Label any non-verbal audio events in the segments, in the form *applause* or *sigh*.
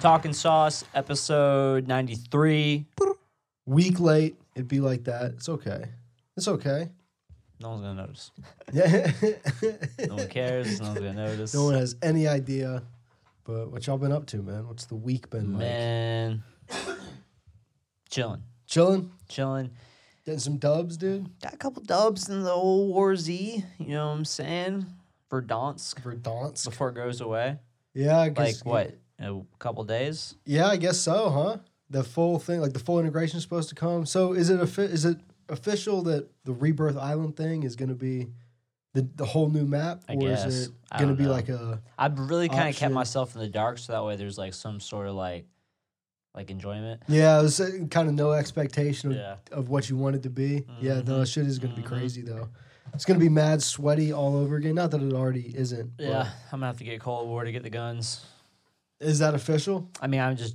Talking Sauce, episode 93. Week late, it'd be like that. It's okay. It's okay. *laughs* No one's going to notice. Yeah. No one cares. no one's going to notice. no one has any idea. But what y'all been up to, man? What's the week been like? Man. Chilling. Chilling, Chilling. getting some dubs, dude. Got a couple dubs in the old War Z. You know what I'm saying? Verdansk. Verdansk. Before it goes away. Yeah, I Like guess. what? A couple days? Yeah, I guess so, huh? The full thing, like the full integration, is supposed to come. So, is it offi- is it official that the Rebirth Island thing is going to be the the whole new map, I or guess. is it I going to don't be know. like a I've really kind of kept Option. myself in the dark so that way there's like some sort of like like enjoyment. yeah, it's kind of no expectation of, Yeah. of what you want it to be? Yeah, no, that shit is going to be Mhm. crazy though. It's going to be mad sweaty all over again. Not that it already isn't. but- Yeah, I'm gonna have to get Cold War to get the guns. is that official? I mean, I'm just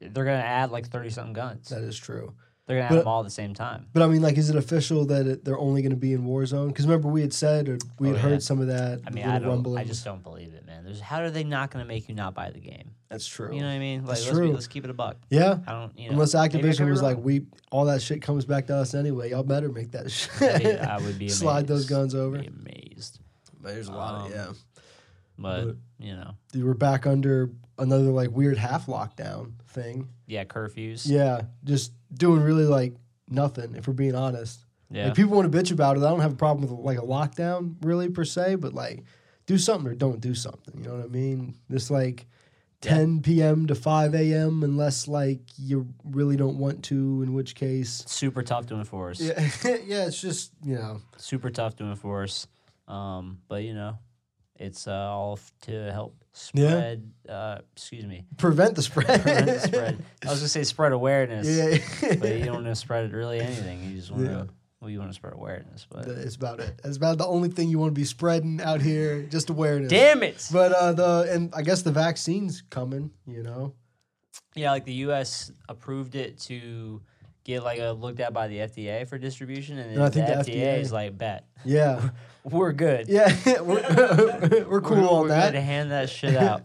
they're gonna add like thirty something guns. That is true. They're gonna add but- them all at the same time. But I mean, like, is it official that it, they're only going to be in Warzone? Because remember, we had said or we Oh, had yeah. heard some of that. I the mean, little I don't. I rumblings. just don't believe it, man. There's how are they not gonna make you not buy the game? that's true. You know what I mean? Like, That's let's, Be, true. let's keep it a buck. Yeah. I don't. You know, Unless maybe I could Activision be was *laughs* like, wrong. we all that shit comes back to us anyway. Y'all better make that I'd be- *laughs* shit. I would be Slide those amazed. Um, guns over. Be amazed, There's a lot of- yeah. but you know, You were back under another like weird half lockdown thing. yeah, curfews. Yeah, just doing really like nothing. If we're being honest, yeah. like people want to bitch about it. I don't have a problem with like a lockdown really per se, but like do something or don't do something. You know what I mean? This like. Yeah. 10 p.m. to 5 a.m. unless like you really don't want to, in which case *laughs* super tough to enforce. Yeah, yeah, it's just you know, Super tough to enforce. Um, but you know, it's uh, all f- to help Yeah. spread. Uh, excuse me, *laughs* prevent the spread. prevent the spread. I was gonna say spread awareness, *laughs* yeah, but you don't want to spread really anything. You just want to, Yeah. well, you want to spread awareness. But *laughs* it's about it. It's about the only thing you want to be spreading out here, just awareness. damn it, But uh, the and I guess the vaccine's coming. You know, yeah, like the U.S. approved it to get like uh looked at by the FDA for distribution, and, then And I the, think the FDA, is FDA like, bet *laughs* yeah, we're good. yeah, *laughs* we're, *laughs* we're cool we're, on we're that. Good to hand that shit *laughs* out.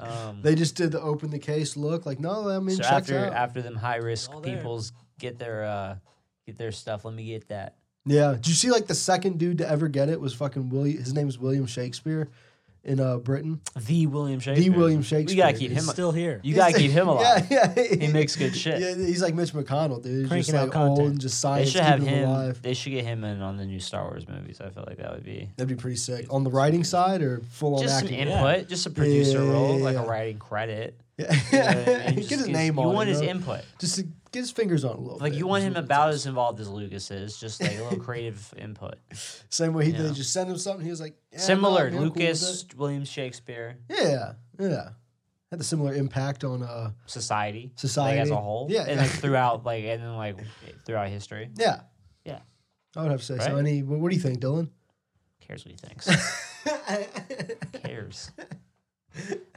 Um, they just did the open the case look. Like no, I mean, so checks after out. after them high risk all there. peoples get their uh, get their stuff, let me get that. Yeah. Did you see like the second dude to ever get it was fucking William? His name was William Shakespeare in uh Britain. The William Shakespeare. The William We Shakespeare. gotta keep him. He's still here. You gotta He's- keep him alive. *laughs* Yeah, yeah. He makes good shit. Yeah, he's like Mitch McConnell, dude. He's just Cranking out like old content. and just They science should keeping have him him. alive. They should get him in on the new Star Wars movies. I feel like that would be That'd be pretty sick. On the writing side or full on just some acting? input, just a yeah, producer yeah, role, yeah, like yeah. a writing credit. Yeah. *laughs* You know what I mean? get Just his get- name on You want it. his you know? input. Just to get his fingers on it a little Like bit. you want Just him a little about bit. as involved as Lucas is, just like a *laughs* little creative input. Same way he did. Yeah. Just send him something. He was like, yeah, no, Similar, I'm cool with Lucas, William Shakespeare, it. Yeah. Yeah. Had a similar impact on uh society, Society. like as a whole, Yeah, and yeah. like throughout, like and then like throughout history. Who yeah. Yeah. I would have to say so. Right? Any what, what do you think, Dylan? cares what he *laughs* thinks? Who cares.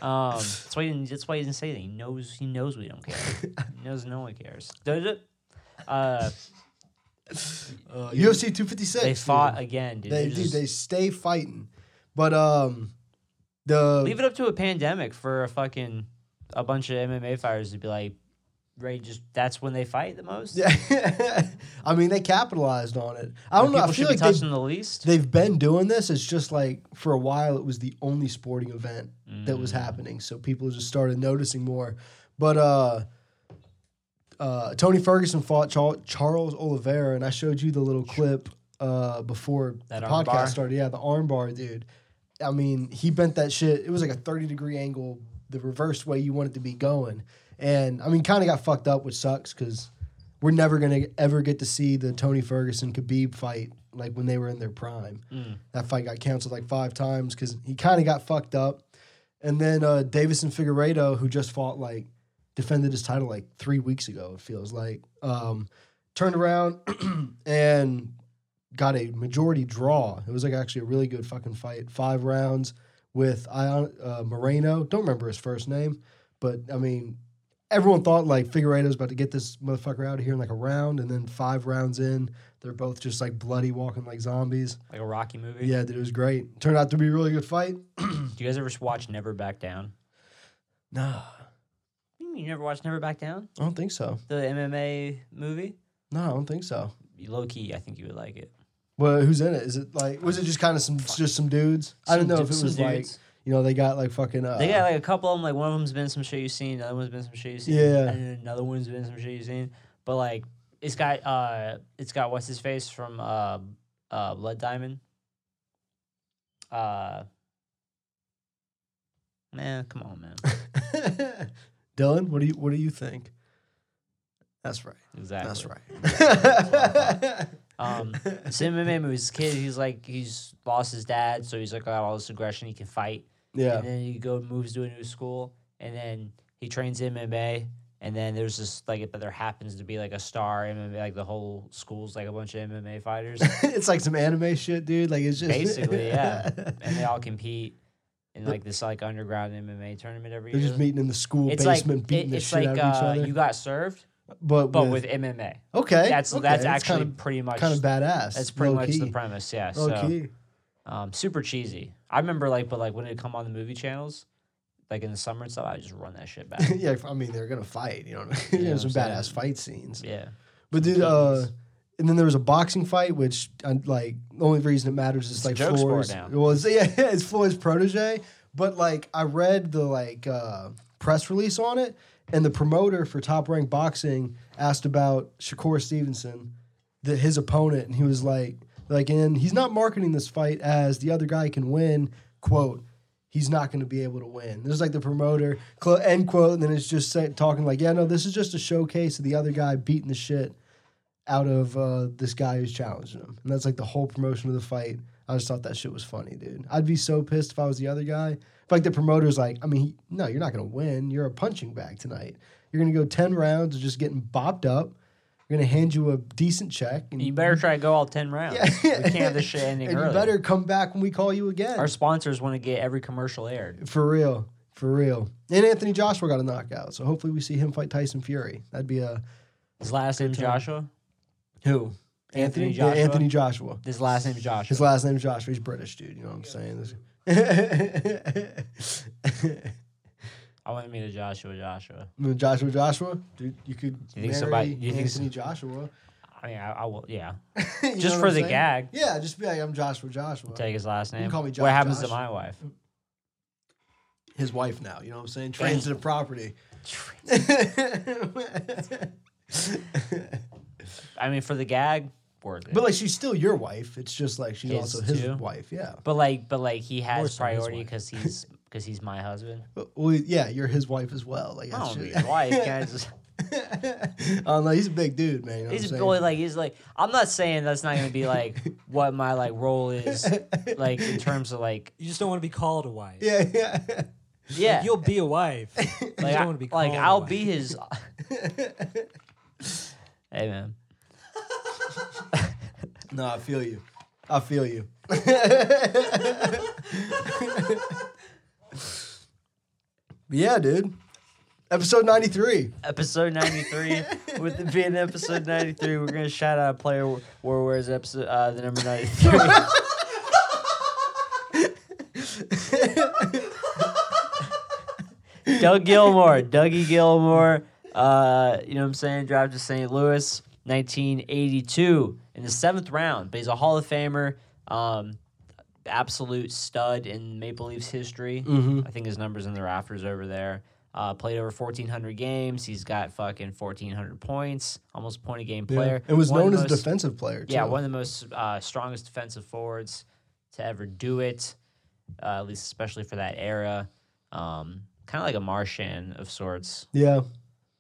Um, that's why he didn't. That's why he didn't say anything. He knows. He knows we don't care. *laughs* He knows no one cares. Does it? Uh, Uh, UFC 256. they dude. fought again. Dude. They They're dude, just- they stay fighting. But um the leave it up to a pandemic for a fucking a bunch of MMA fighters to be like, right? Just that's when they fight the most. Yeah, *laughs* I mean they capitalized on it. I When don't know. I people feel should like be they've, touching the least. they've been doing this. It's just like for a while it was the only sporting event that was Mm. happening, so people just started noticing more. But uh, uh, Tony Ferguson fought Char- Charles Oliveira, and I showed you the little clip uh, before That the arm podcast bar? started. Yeah, the armbar, dude. I mean, he bent that shit. It was like a thirty degree angle, the reverse way you want it to be going. And I mean, kind of got fucked up, which sucks because we're never gonna ever get to see the Tony Ferguson Khabib fight like when they were in their prime. Mm. That fight got canceled like five times because he kind of got fucked up. And then uh, Davison Figueredo, who just fought like defended his title like three weeks ago. It feels like um, turned around *clears throat* and got a majority draw. It was like actually a really good fucking fight, five rounds with Ion uh, Moreno. Don't remember his first name, but I mean, everyone thought like Figueredo's about to get this motherfucker out of here in like a round, and then five rounds in, they're both just like bloody, walking like zombies. Like a Rocky movie. Yeah, dude, it was great. Turned out to be a really good fight. Do you guys ever watch Never Back Down? Nah. You never watched Never Back Down, I don't think so. the MMA movie? No, I don't think so. Low key, I think you would like it. Well, who's in it? Is it like was it just kind of some just some dudes? I didn't Some know if it du- some was like dudes. you know they got like fucking uh, They got like a couple of them. Like one of them's been some shit you've seen. Another one's been some shit you've seen. Yeah. And then another one's been some shit you've seen. But like, it's got uh, it's got what's his face from uh, uh, Blood Diamond. Uh, man, come on, *laughs* man. *laughs* Dylan. What do you what do you think? That's right. Exactly. That's right. Um, it's an MMA movie. This kid, he's like, he's lost his dad, so he's like got all this aggression. He can fight. *laughs* yeah. And then he go moves to a new school, and then he trains MMA. And then there's this like, it- but there happens to be like a star MMA. Like the whole school's like a bunch of MMA *laughs* fighters, it's like some anime shit, dude. Like it's just basically, *laughs* yeah. And they all compete in like this like underground MMA tournament every They're year. just meeting in the school it's like basement, it- beating the it's shit like out of uh, each other. you got served, but but with, with MMA. okay, That's okay, that's it's actually kind pretty much of kind of badass. that's pretty much low-key, the premise. Yeah. So. low-key. Um, super cheesy. I remember like, but like when it come on the movie channels, like in the summer and stuff, I just run that shit back. *laughs* yeah, I mean they're gonna fight. You know, what I mean? *laughs* Yeah, There's some I'm saying. badass fight scenes. yeah, But dude, uh, and then there was a boxing fight, which uh, like the only reason it matters is a like joke sport Floyd's. now. Well, it's, *laughs* yeah, it's Floyd's protege. But like I read the like uh, press release on it, and the promoter for Top Rank Boxing asked about Shakur Stevenson, the, his opponent, and he was like, like, and he's not marketing this fight as the other guy can win. Quote. He's not going to be able to win. There's like the promoter, clo end quote, and then it's just say, talking like, yeah, no, this is just a showcase of the other guy beating the shit out of uh, this guy who's challenging him. And that's like the whole promotion of the fight. I just thought that shit was funny, dude. I'd be so pissed if I was the other guy. If like the promoter's like, I mean, he, no, you're not gonna win. You're a punching bag tonight. You're gonna go ten rounds of just getting bopped up. We're gonna hand you a decent check. And you better try to go all ten rounds. We can't have this *laughs* shit ending and early. you better come back when we call you again. Our sponsors want to get every commercial aired. For real. For real. And Anthony Joshua got a knockout, so hopefully we see him fight Tyson Fury. That'd be a His last name's Joshua. who? Anthony Yeah, Joshua? Anthony Joshua. His last name's Joshua. His last name's Joshua. He's British, dude. You know what I'm saying? This- I want to meet a Joshua. Joshua. *laughs* Joshua, Joshua, dude. You could You think marry somebody- you think Anthony *laughs* Joshua. I mean, I, I will. Yeah, You know Just what for I'm the saying? gag. Yeah, just be like, I'm Joshua, Joshua. take his last name. call me what Josh- happens to Josh. my wife? His wife now. You know what I'm saying? Transitive property. I mean, for the gag, worth it. *laughs* but like, she's still your wife. It's just like she's His also his too? wife. Yeah. but like, but like, he has so his priority wife. Oh, because *laughs* he's because he's my husband. But, well, yeah, you're his wife as well. Like, I that's don't just- be his *laughs* wife. Can I just- Oh no, he's a big dude, man. You *laughs* know He's what I'm really saying? like he's like I'm not saying that's not gonna be like what my like role *laughs* is like in terms of like You just don't want to be called a wife. yeah, yeah. yeah You'll be a wife. You like, I, just don't want to be like called a I'll wife. be his. *laughs* hey man, No, I feel you. I feel you. *laughs* yeah, dude. Episode 93. episode ninety three with it being episode ninety three, we're gonna shout out a player where wears episode uh, the number ninety three. Doug Gilmore, Dougie Gilmore, uh, you know what I'm saying, drafted to St. Louis, 1982, in the seventh round. But he's a Hall of Famer, um, absolute stud in Maple Leafs history. Mm-hmm. I think his number's in the rafters over there. Uh, played over 1,400 games. He's got fucking 1,400 points, almost a point a game player. It was One of known the as a most- defensive player. Too. yeah, one of the most uh, strongest defensive forwards to ever do it, uh, at least especially for that era. Um, kind of like a Martian of sorts. Yeah.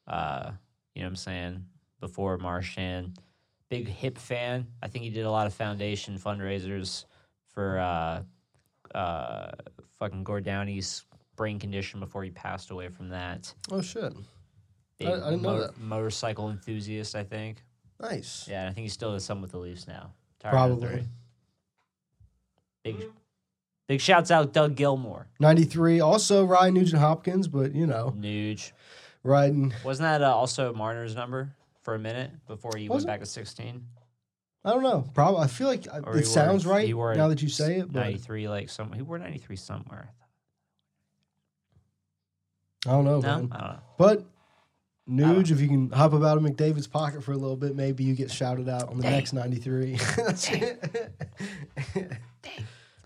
Uh, you know what I'm saying? Before Martian, big hip fan. I think he did a lot of foundation fundraisers for uh, uh, fucking Gord Downey's brain condition before he passed away from that. Oh, shit. Big I didn't know that. Motorcycle enthusiast, I think. Nice. Yeah, and I think he's still with some with the Leafs now. Tired of the Probably. three. Big, big shouts out Doug Gilmore. 93. Also, Ryan Nugent Hopkins, but you know, Nuge. Ryan. Wasn't that uh, also Marner's number for a minute before he Was it? went back to 16? I don't know. Probably. I feel like I- Or he wore- it sounds right he wore now that you say it, but 93, like some. He wore 93 somewhere. I don't know, No? man. I don't know. But Nuge, if you can hop about in McDavid's pocket for a little bit, maybe you get shouted out on the Dang. next 93. *laughs* That's it.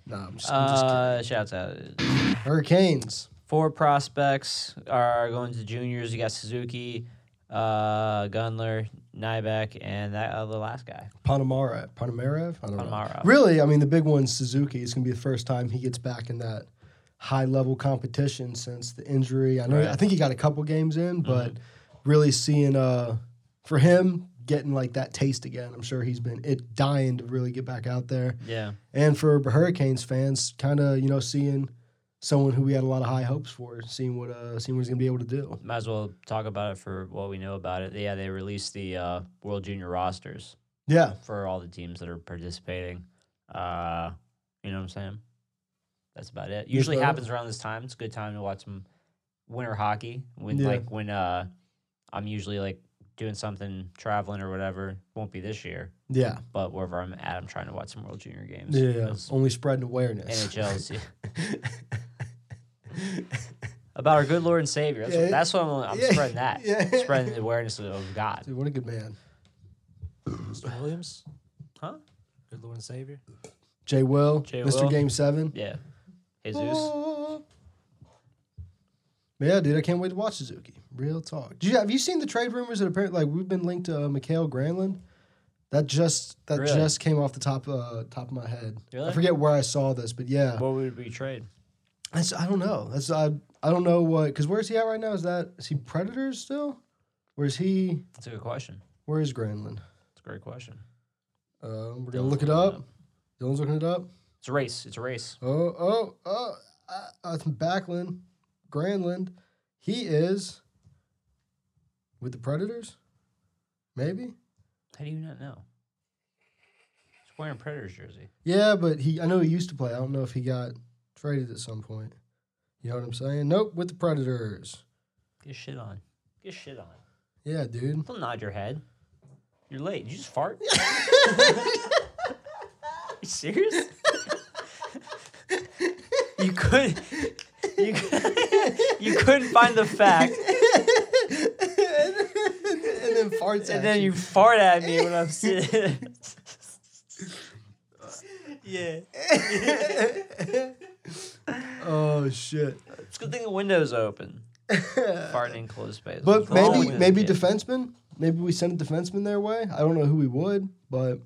No, I'm just, I'm just kidding. Uh, shouts out. Hurricanes. Four prospects are going to juniors. You got Suzuki, uh, Gundler, Nyback, and that uh, the last guy. Panamara. Panamarev? I don't know. Panamara. Really, I mean, the big one's Suzuki. It's going to be the first time he gets back in that high level competition since the injury. I know, Right. Mm-hmm. I think he got a couple games in, but really seeing, uh, for him, getting like that taste again. I'm sure he's been it dying to really get back out there. Yeah. And for Hurricanes fans, kind of, you know, seeing someone who we had a lot of high hopes for, seeing what, uh, seeing what he's going to be able to do. Might as well talk about it for what we know about it. Yeah, they released the uh, World Junior rosters Yeah. for all the teams that are participating. Uh, you know what I'm saying? That's about it. Usually about it. happens around this time. It's a good time to watch some winter hockey. When Yeah. like when uh, I'm usually like doing something, traveling or whatever. Won't be this year, Yeah. but wherever I'm at, I'm trying to watch some World Junior games. Yeah. 'Cause Only spreading awareness. NHL's yeah. about our good Lord and Savior. That's, Yeah. what, that's what I'm, I'm Yeah. spreading. That Yeah. spreading the awareness of- of God. Dude, what a good man. Mr. Williams, Huh? good Lord and Savior. Jay Will, Jay Mr. Will. Game Seven. Yeah. Jesus. Oh. Yeah, dude, I can't wait to watch Suzuki. Real talk. Did you, have you seen the trade rumors that apparently like we've been linked to uh, Mikhail Granlund? That just that Really? just came off the top uh, top of my head. I Really? forget where I saw this, but yeah, What would we trade? that's, I don't know. That's I I don't know what because where is he at right now? Is that is he Predators still? Where is he? That's a good question. Where is Granlund? That's a great question. Um, we're gonna Dylan's look it looking it up. up. Dylan's looking it up. It's a race. It's a race. Oh, oh, oh. Uh, uh, Backlund, Granlund. He is with the Predators? Maybe? How do you not know? He's wearing a Predators jersey. Yeah, but he I know he used to play. I don't know if he got traded at some point. You know what I'm saying? Nope, with the Predators. Get shit on. Get shit on. Yeah, *laughs* dude. Don't nod your head. You're late. Did you just fart? you serious? you could you, could, you couldn't find the fact *laughs* and then farts and then you fart at me when I'm sitting Yeah. Oh shit. It's a good thing the window's open. Farting in closed space. But What's wrong maybe with maybe it? defenseman. Maybe we send a defenseman their way. I don't know who we would, but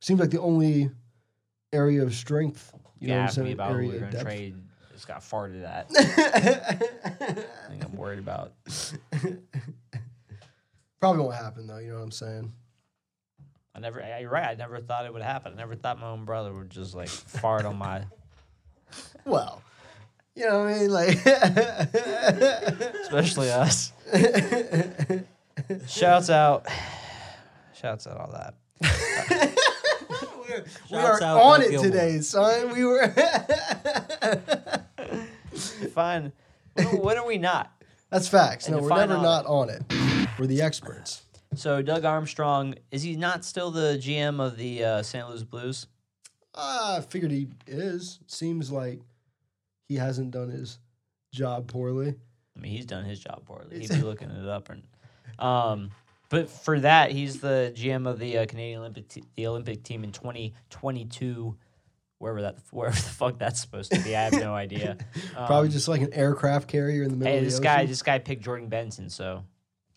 seems like the only area of strength. You You know what I'm asked me saying? about who Area we were of gonna depth. trade. It's got farted at. *laughs* I think I'm worried about. Probably won't happen though. You know what I'm saying? I never. I- You're right. I never thought it would happen. I never thought my own brother would just like fart on my. Well, you know what I *laughs* mean. Like, Especially us. Shouts out. *sighs* Shouts out all that. we are Shouts out on Doug it Gilmour. today, son. We were. *laughs* Fine. When, are- when are we not? That's facts. And no, to we're find never out. not on it. We're the experts. So Doug Armstrong is he not still the GM of the uh, St. Louis Blues? Ah, I figured he is. Seems like he hasn't done his job poorly. I mean, he's done his job poorly. He'd be looking it up, and um, but for that, he's the GM of the uh, Canadian Olympic te- the Olympic team in twenty twenty two, wherever that wherever the fuck that's supposed to be. I have *laughs* no idea. Um, Probably just like an aircraft carrier in the middle hey, of the this ocean. guy this guy picked Jordan Benson, so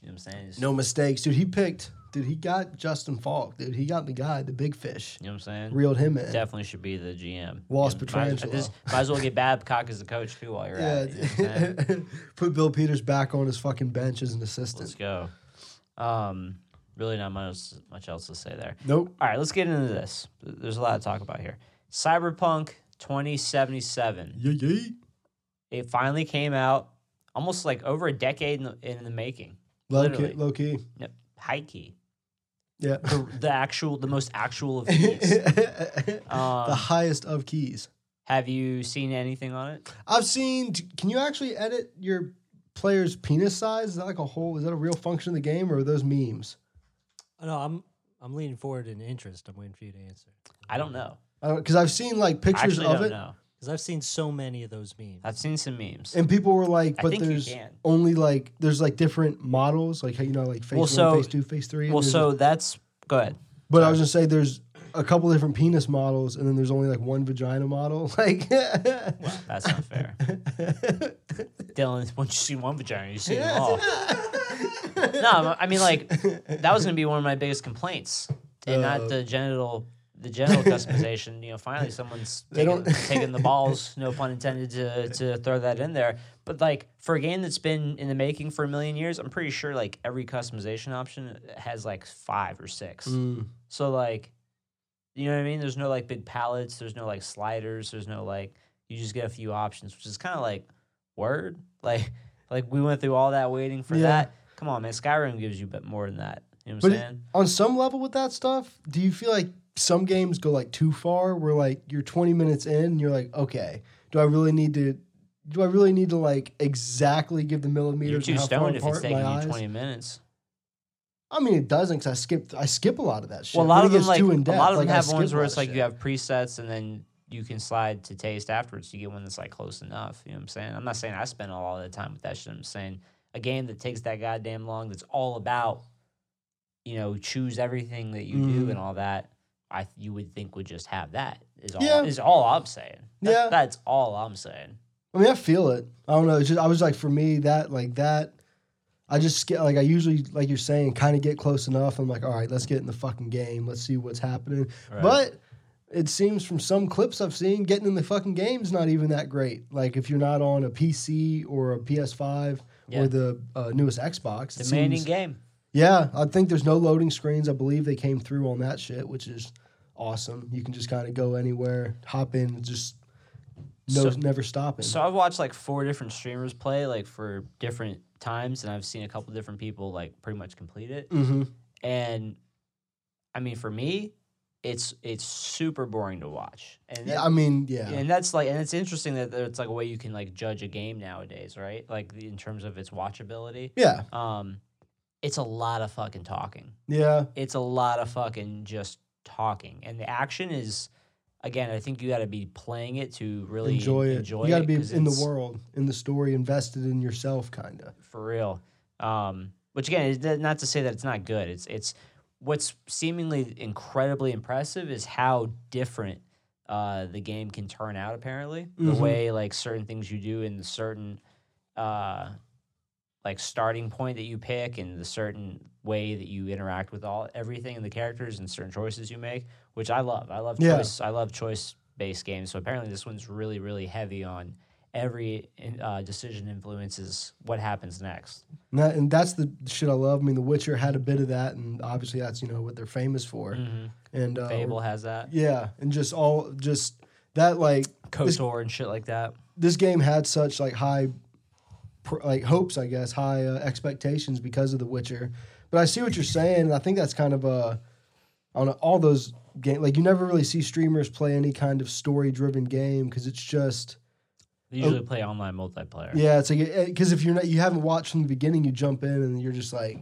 you know what I'm saying. Just- no mistakes, dude. He picked, dude. He got Justin Falk, dude. He got the guy, the big fish, you know what I'm saying. reeled him in. Definitely should be the GM. Wallace You know, might, as- Pietrangelo. this- might as well *laughs* get Babcock as the coach too while you're Yeah, at it. you know what I'm *laughs* saying? put Bill Peters back on his fucking bench as an Let's assistant. go. Um, really not much much else to say there. Nope. All right, let's get into this. There's a lot to talk about here. Cyberpunk 2077. Yeah, yeah. It finally came out almost like over a decade in the, in the making. Low key, Literally. low key. No, high key. Yeah. *laughs* The, the actual, the most actual of keys. the Um, highest of keys. have you seen anything on it? I've seen. Can you actually edit your player's penis size? Is that like a whole? Is that a real function of the game, or are those memes? Oh, no, I'm I'm leaning forward in interest. I'm waiting for you to answer. I don't know. Because I've seen like I pictures actually of don't it. know. Because I've seen so many of those memes. I've seen some memes. And people were like, I but think you there's can. only like there's like different models, like how you know, like phase Well, one, so- phase two, phase three. and Well, there's- so that's go ahead. but I was gonna say there's a couple different penis models, and then there's only like one vagina model. *laughs* Like, That's not fair. *laughs* Dylan, once you see one vagina, you see them all. no, I mean like that was gonna be one of my biggest complaints, and Uh, not the genital, the *laughs* genital customization. You know, finally someone's They taking, don't- *laughs* taking the balls, no pun intended, to to throw that in there. But like for a game that's been in the making for a million years, I'm pretty sure like every customization option has like five or six. Mm. So like, you know what I mean? There's no like big palettes. There's no like sliders. There's no like you just get a few options, which is kind of like word. *laughs* Like like we went through all that waiting for Yeah. that. Come on, man. Skyrim gives you a bit more than that. You know what But I'm it- saying? on some level with that stuff, do you feel like some games go like too far? Where like you're 20 minutes in, and you're like, okay, do I really need to? Do I really need to like exactly give the You're millimeters? and too how far stoned if it's apart taking my you eyes? 20 minutes. I mean, it doesn't because I skip. I skip a lot of that shit. Well, a lot When of it them gets like a too in-depth, lot of them like, I have skip ones a where lot it's of like you shit. have presets and then you can slide to taste afterwards. You get one that's like close enough. You know what I'm saying? I'm not saying I spend a lot of the time with that shit. I'm saying a game that takes that goddamn long that's all about you know choose everything that you do Mhm. and all that. I you would think would just have that is all Yeah. is all I'm saying. That's, Yeah. that's all I'm saying. I mean, I feel it. I don't know. It's just I was like for me that like that. I just get like I usually like you're saying, kind of get close enough. I'm like, all right, let's get in the fucking game. Let's see what's happening. But it seems from some clips I've seen, getting in the fucking game's not even that great. Like if you're not on a PC or a PS5 Yeah. or the uh, newest Xbox, it Demanding seems- game. Yeah, I think there's no loading screens. I believe they came through on that shit, which is awesome. You can just kind of go anywhere, hop in, and just no, So- never stopping. So I've watched like four different streamers play like for different times, and I've seen a couple different people like pretty much complete it. mm-hmm. and I mean for me, it's it's super boring to watch, and Yeah, that- I mean, yeah. and that's like and it's interesting that there- it's like a way you can like judge a game nowadays, right? Like the- in terms of its watchability, Yeah. um, it's a lot of fucking talking. Yeah. It's a lot of fucking just talking, and the action is. Again, I think you got to be playing it to really Enjoy it. Enjoy you got to it, be 'cause in the it's- world, in the story, invested in yourself, kind of. for real. Um, which again, is that- not to say that it's not good. It's it's what's seemingly incredibly impressive is how different uh, the game can turn out. Apparently, the Mhm. way like certain things you do and the certain uh, like starting point that you pick and the certain way that you interact with all everything and the characters and certain choices you make, which I love. I love Yeah. choice. I love choice based games. So apparently, this one's really really heavy on every in- uh, decision influences what happens next. And, that, and that's the shit I love. I mean, The Witcher had a bit of that, and obviously that's you know what they're famous for. And uh, Mm-hmm. Fable has that. Yeah, and just all just that like Kotor and shit like that. this game had such like high pr- like hopes i guess high uh, expectations because of the witcher but i see what you're saying and i think that's kind of uh, on all those game like you never really see streamers play any kind of story driven game because it's just They usually play online multiplayer. Oh. yeah it's like because if you're not you haven't watched from the beginning you jump in and you're just like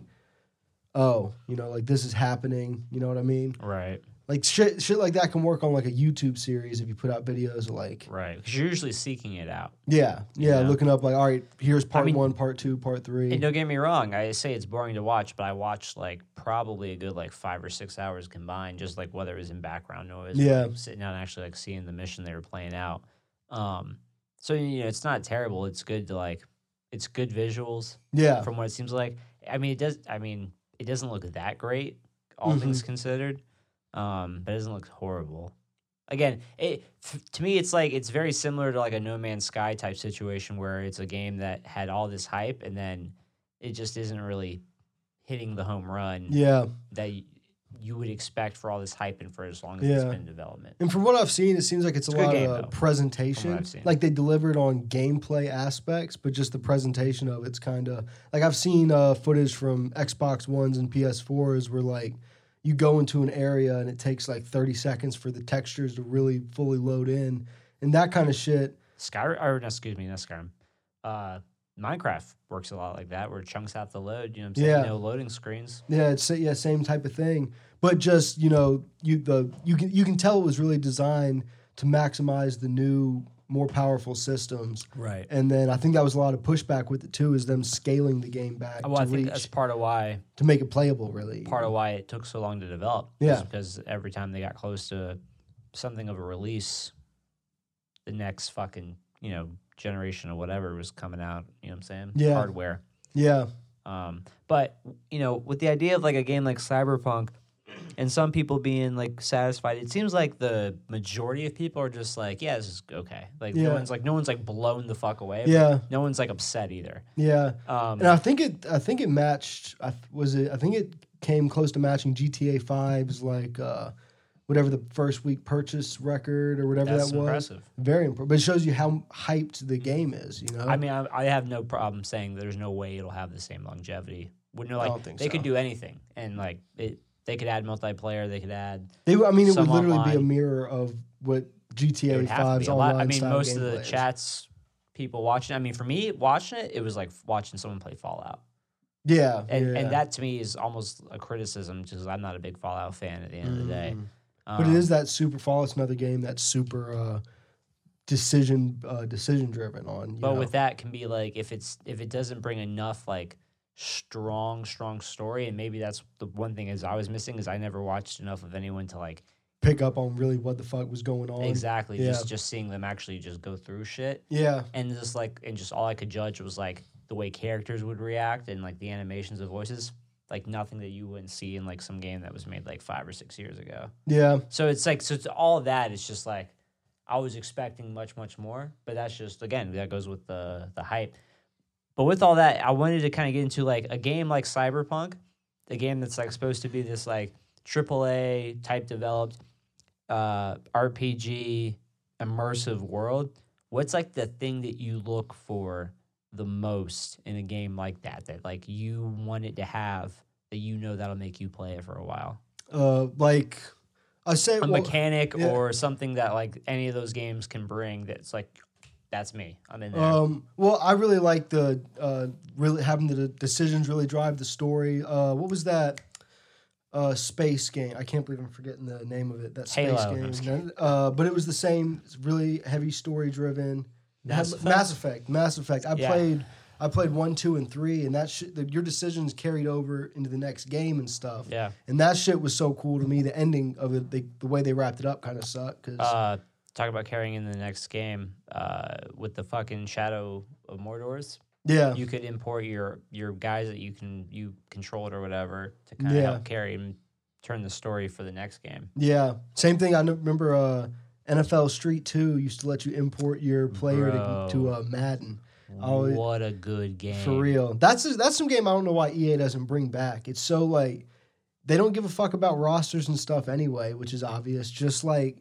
oh you know like this is happening you know what i mean Right, like shit shit like that can work on like a youtube series if you put out videos of like right. Because you're usually seeking it out. yeah yeah, Yeah. looking up like all right here's part mean- one part two part three And don't get me wrong, I say it's boring to watch, but I watched like probably a good like five or six hours combined, just like whether it was in background noise, or, Yeah. like, sitting down and actually like seeing the mission they were playing out. Um, so you know, it's not terrible. It's good to like, it's good visuals yeah from what it seems like. I mean, it does. I mean, it doesn't look that great, all Mm-hmm. things considered. Um, but it doesn't look horrible. Again, it f- to me, it's like it's very similar to like a No Man's Sky type situation where it's a game that had all this hype and then it just isn't really hitting the home run Yeah. that y- you would expect for all this hype and for as long as it's Yeah. been in development. And from what I've seen, it seems like it's, It's a a good lot game, of though, presentation. I've seen. Like they delivered on gameplay aspects, but just the presentation of it's kind of like I've seen uh, footage from Xbox Ones and PS4s where like you go into an area and it takes like 30 seconds for the textures to really fully load in and that kind of shit. Skyrim, or no, excuse me, not Skyrim. Uh, Minecraft works a lot like that, where it chunks out the load. You know what I'm saying? Yeah. No loading screens. Yeah, it's yeah, same type of thing. But just you know, you the you can you can tell it was really designed to maximize the new, more powerful systems. Right. And then I think that was a lot of pushback with it too, is them scaling the game back Well, I to think reach that's part of why to make it playable. Really, part of why it took so long to develop. is Mm-hmm. Yeah. Because every time they got close to something of a release, the next fucking, you know, generation or whatever was coming out, you know what I'm saying? Yeah. Hardware. yeah, Um, but you know, with the idea of like a game like Cyberpunk, and some people being like satisfied, it seems like the majority of people are just like, yeah, this is okay. Like Yeah. no one's like no one's like blown the fuck away. but yeah, No one's like upset either. yeah. Um, And I think it, I think it matched. I th- was it. I think it came close to matching GTA 5's like uh, whatever the first week purchase record or whatever that's that was. impressive. Mm. Very important, but it shows you how hyped the game is. You know, I mean, I, I have no problem saying there's no way it'll have the same longevity. Wouldn't like don't think they could so. do anything, and like it, they could add multiplayer. They could add. They, I mean, it some would literally be a online. mirror of what It GTA would have to 5's be a lot. online I mean, style most of the gameplay is. chats, people watching. I mean, for me watching it, it was like watching someone play Fallout. Yeah, and, yeah. and that to me is almost a criticism because I'm not a big Fallout fan at the end of the day. Mm. Um, But it is that super Fallout's another game that's super uh, decision uh, decision driven on. You But know? with that can be like if it's if it doesn't bring enough like strong strong story and maybe that's the one thing is I was missing is I never watched enough of anyone to like pick up on really what the fuck was going on. exactly just yeah. just seeing them actually just go through shit Yeah, and just like and just all I could judge was like the way characters would react and like the animations of voices like nothing that you wouldn't see in like some game that was made like five or six years ago. yeah, So it's like so it's all that it's just like I was expecting much much more, but that's just again that goes with the the hype. But with all that, I wanted to kind of get into like a game like Cyberpunk, a game that's like supposed to be this like AAA type developed uh, RPG immersive world. What's like the thing that you look for the most in a game like that that like you want it to have that you know that'll make you play it for a while? uh, like I say, a well, mechanic yeah. or something that like any of those games can bring that's like that's me i'm in there um, well, I really like the uh, really having the decisions really drive the story. Uh, what was that? Uh, space game. I can't believe I'm forgetting the name of it. That space Halo. No, I'm just game. Uh, but it was the same. It's really heavy story driven. Mass Mass Effect? Effect. Mass Effect. I Yeah. played. I played one, two, and three, and that shit. The, your decisions carried over into the next game and stuff. yeah And that shit was so cool to me. The ending of it, the, the way they wrapped it up, kind of sucked. Cause uh talk about carrying in the next game uh with the fucking shadow of mordor's yeah, you could import your your guys that you can you controlled or whatever to kind of Yeah. help carry and turn the story for the next game yeah. Same thing. I kn- remember uh, NFL Street Two used to let you import your player to, to Bro. uh, Madden. Oh, it- what a good game For real, that's that's some game I don't know why EA doesn't bring back. It's so like they don't give a fuck about rosters and stuff anyway, which is obvious. Just like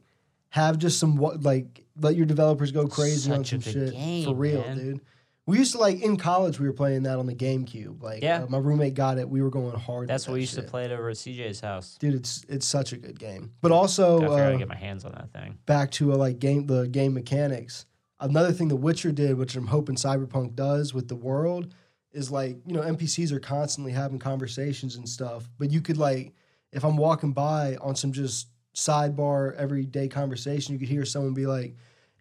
have just some what like let your developers go crazy on Such a some good shit for game, real, man. dude. We used to like in college we were playing that on the GameCube. Like Yeah. uh, my roommate got it. We were going hard. that's with what we that used shit. to play it over at cj's house Dude, it's it's such a good game. But I also gotta figure out how uh, to get my hands on that thing back to uh, like game the game mechanics. Another thing The Witcher did, which I'm hoping Cyberpunk does with the world, is like you know NPCs are constantly having conversations and stuff, but you could like if I'm walking by on some just sidebar everyday conversation, you could hear someone be like,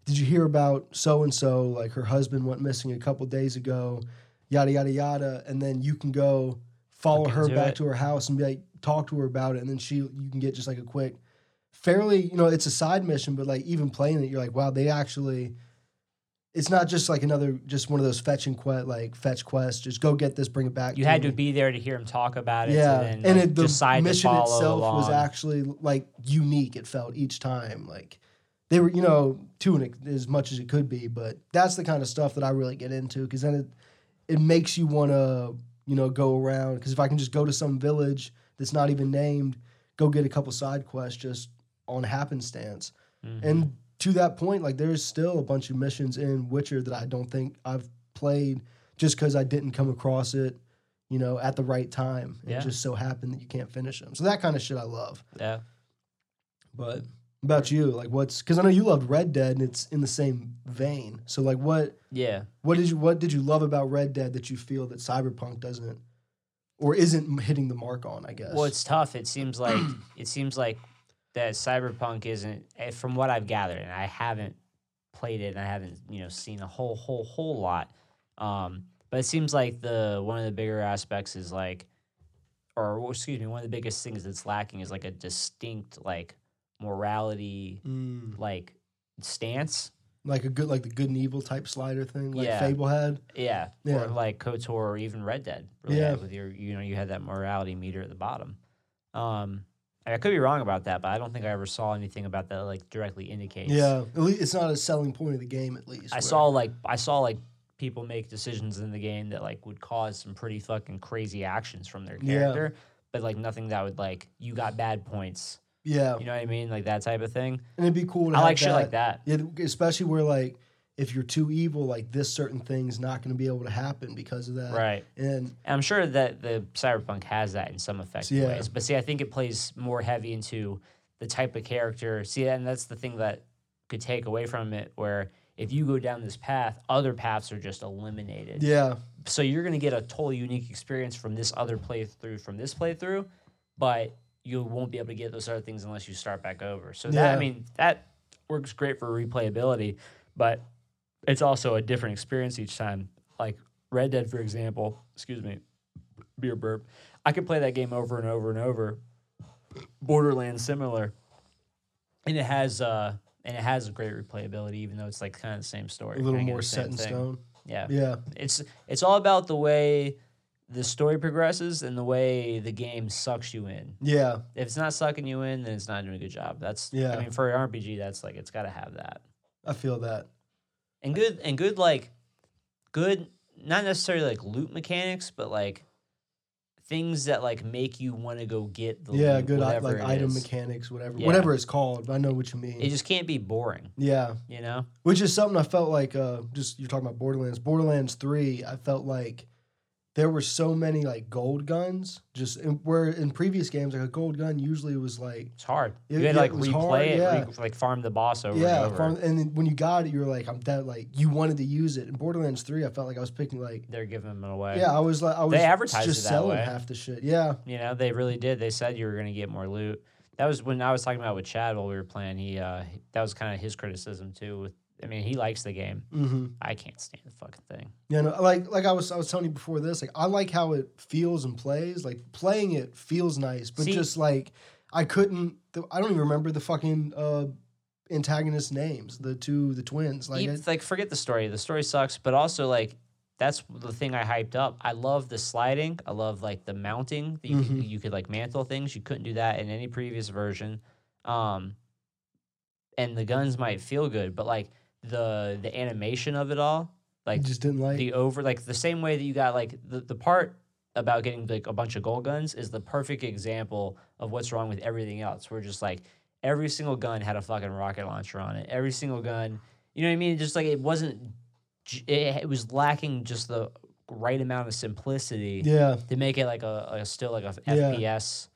"Did you hear about so and so? Like her husband went missing a couple days ago, yada yada yada," and then you can go follow Look her into back it. to her house and be like talk to her about it, and then she you can get just like a quick fairly, you know, it's a side mission, but like even playing it, you're like, wow, they actually. It's not just like another, just one of those fetch and quest, like fetch quests. Just go get this, bring it back. you had to be there to hear him talk about it yeah, and, then, and like, it, the decide to mission follow itself along. was actually like unique. It felt each time like they were, you know, to an, ex- as much as it could be. But that's the kind of stuff that I really get into because then it it makes you want to, you know, go around. Because if I can just go to some village that's not even named, go get a couple side quests just on happenstance. Mhm. And to that point, like there's still a bunch of missions in Witcher that I don't think I've played just because I didn't come across it, you know, at the right time. It Yeah. just so happened that you can't finish them. So that kind of shit I love. yeah But about you, like what's because I know you loved Red Dead and it's in the same vein. So like what Yeah. what did you what did you love about Red Dead that you feel that Cyberpunk doesn't or isn't hitting the mark on? I guess. Well, it's tough. *clears throat* It seems like it seems like that Cyberpunk isn't, eh, from what I've gathered, and I haven't played it, and I haven't you know seen a whole whole whole lot. Um, but it seems like the one of the bigger aspects is like, or well, excuse me, one of the biggest things that's lacking is like a distinct like morality Mm. like stance. Like a good, like the good and evil type slider thing, like Yeah. Fable had. Yeah, Yeah. or like Kotor E or even Red Dead. Really Yeah. had with your you know you had that morality meter at the bottom. Um, I could be wrong about that, but I don't think I ever saw anything about that like directly indicates. Yeah, at least it's not a selling point of the game. At least I where- saw like I saw like people make decisions in the game that like would cause some pretty fucking crazy actions from their Yeah. character, but like nothing that would like you got bad points. Yeah, You know what I mean? Like that type of thing. and it'd be cool. To I have like shit like that. Yeah, especially where like if you're too evil, like this certain thing's not going to be able to happen because of that. Right. And And I'm sure that the cyberpunk has that in some effective Yeah. ways. But see, I think it plays more heavy into the type of character. See, and that's the thing that could take away from it, where if you go down this path, other paths are just eliminated. yeah, So you're going to get a totally unique experience from this other playthrough, from this playthrough, but you won't be able to get those other things unless you start back over. So that, Yeah. I mean, that works great for replayability, but it's also a different experience each time. Like Red Dead, for example, excuse me, beer burp. I could play that game over and over and over. Borderlands similar, and it has uh and it has a great replayability, even though it's like kind of the same story, a little kinda get more the set same in thing. stone. Yeah, Yeah, it's it's all about the way the story progresses and the way the game sucks you in. yeah, If it's not sucking you in, then it's not doing a good job. That's yeah. Yeah. I mean, for an RPG, that's like it's got to have that I feel that. and good and good like good not necessarily like loot mechanics, but like things that like make you want to go get the Yeah, loot, good I- whatever like it item is. mechanics, whatever, Yeah. whatever it's called. I know what you mean. It just can't be boring, yeah, you know. which is something I felt like. Uh, just you're talking about Borderlands. Borderlands Three, I felt like there were so many like gold guns. Just in, where in previous games, like a gold gun usually was like It's hard. It- you had to yeah, like it was replay hard, it, yeah. re- like farm the boss over and yeah, over. farm- and then when you got it, you were like, I'm that like you wanted to use it. In Borderlands Three, I felt like I was picking like, They're giving them away. yeah, I was like, I was advertised just it that selling way. half the shit. Yeah, You know, they really did. They said you were going to get more loot. That was when I was talking about with Chad while we were playing. He uh, that was kind of his criticism too. With I mean, he likes the game. mm-hmm. I can't stand the fucking thing. you know, like like I was I was telling you before this, like I like how it feels and plays. Like playing it feels nice, but See- just like I couldn't, the, I don't even remember the fucking uh, antagonist names, the two the twins. Like Even- it, Like, forget the story. The story sucks, but also like that's the thing I hyped up. I love the sliding. I love like the mounting. That you Mm-hmm. could, you could like mantle things. You couldn't do that in any previous version. Um, and the guns might feel good, but like the the animation of it all, I like just didn't like. the over like the same way that you got like the, the part about getting like a bunch of gold guns is the perfect example of what's wrong with everything else. We're just like every single gun had a fucking rocket launcher on it. Every single gun, you know what I mean? Just like it wasn't, j- it, it was lacking just the right amount of simplicity yeah, to make it like a, a still like a Yeah. FPS.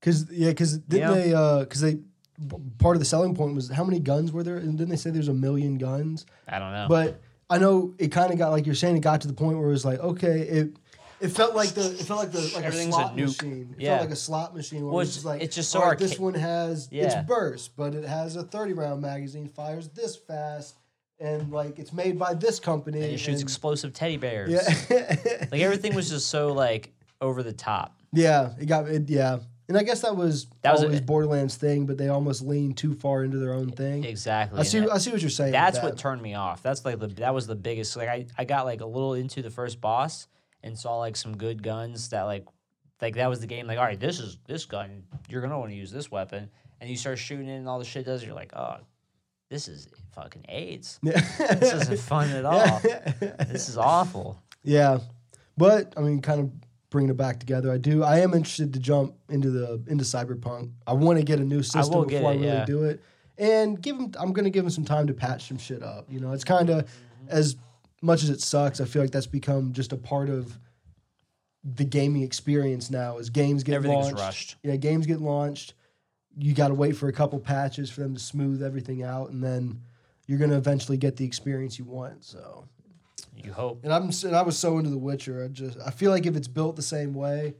because yeah, because didn't Yeah. they? Because they b- part of the selling point was how many guns were there, and didn't they say there's a million guns? I don't know. But I know it kind of got like you're saying it got to the point where it was like okay it. It felt like the it felt like the like a Everything's a slot nuke. machine. It Yeah. felt like a slot machine where Well, it was it's- just like it's just so all right, this archa- one has Yeah. it's burst, but it has a thirty round magazine, fires this fast, and like it's made by this company. and it shoots and- explosive teddy bears. yeah, *laughs* Like everything was just so like over the top. yeah. It got it, yeah, and I guess that was That was a- E- always Borderlands thing, but they almost leaned too far into their own thing. Exactly. I and see. that- I see what you're saying. with That's that. what *laughs* turned me off. That's like the that was the biggest. Like I, I got like a little into the first boss and saw like some good guns that like like that was the game. Like all right, this is this gun. You're gonna want to use this weapon, and you start shooting it, and all the shit does. You're like, oh, this is fucking AIDS. Yeah. This isn't fun at all. This is awful. Yeah, but I mean, kind of bringing it back together. I do. I am interested to jump into the into cyberpunk. I want to get a new system will get before I it, really yeah. do it, and give them. I'm gonna give them some time to patch some shit up. You know, it's kind of as much as it sucks. I feel like that's become just a part of the gaming experience now. Is games get Everything's launched, rushed. Yeah, games get launched. You got to wait for a couple patches for them to smooth everything out, and then you're gonna eventually get the experience you want. So. You hope. And I'm s- and I was so into The Witcher. I just I feel like if it's built the same way,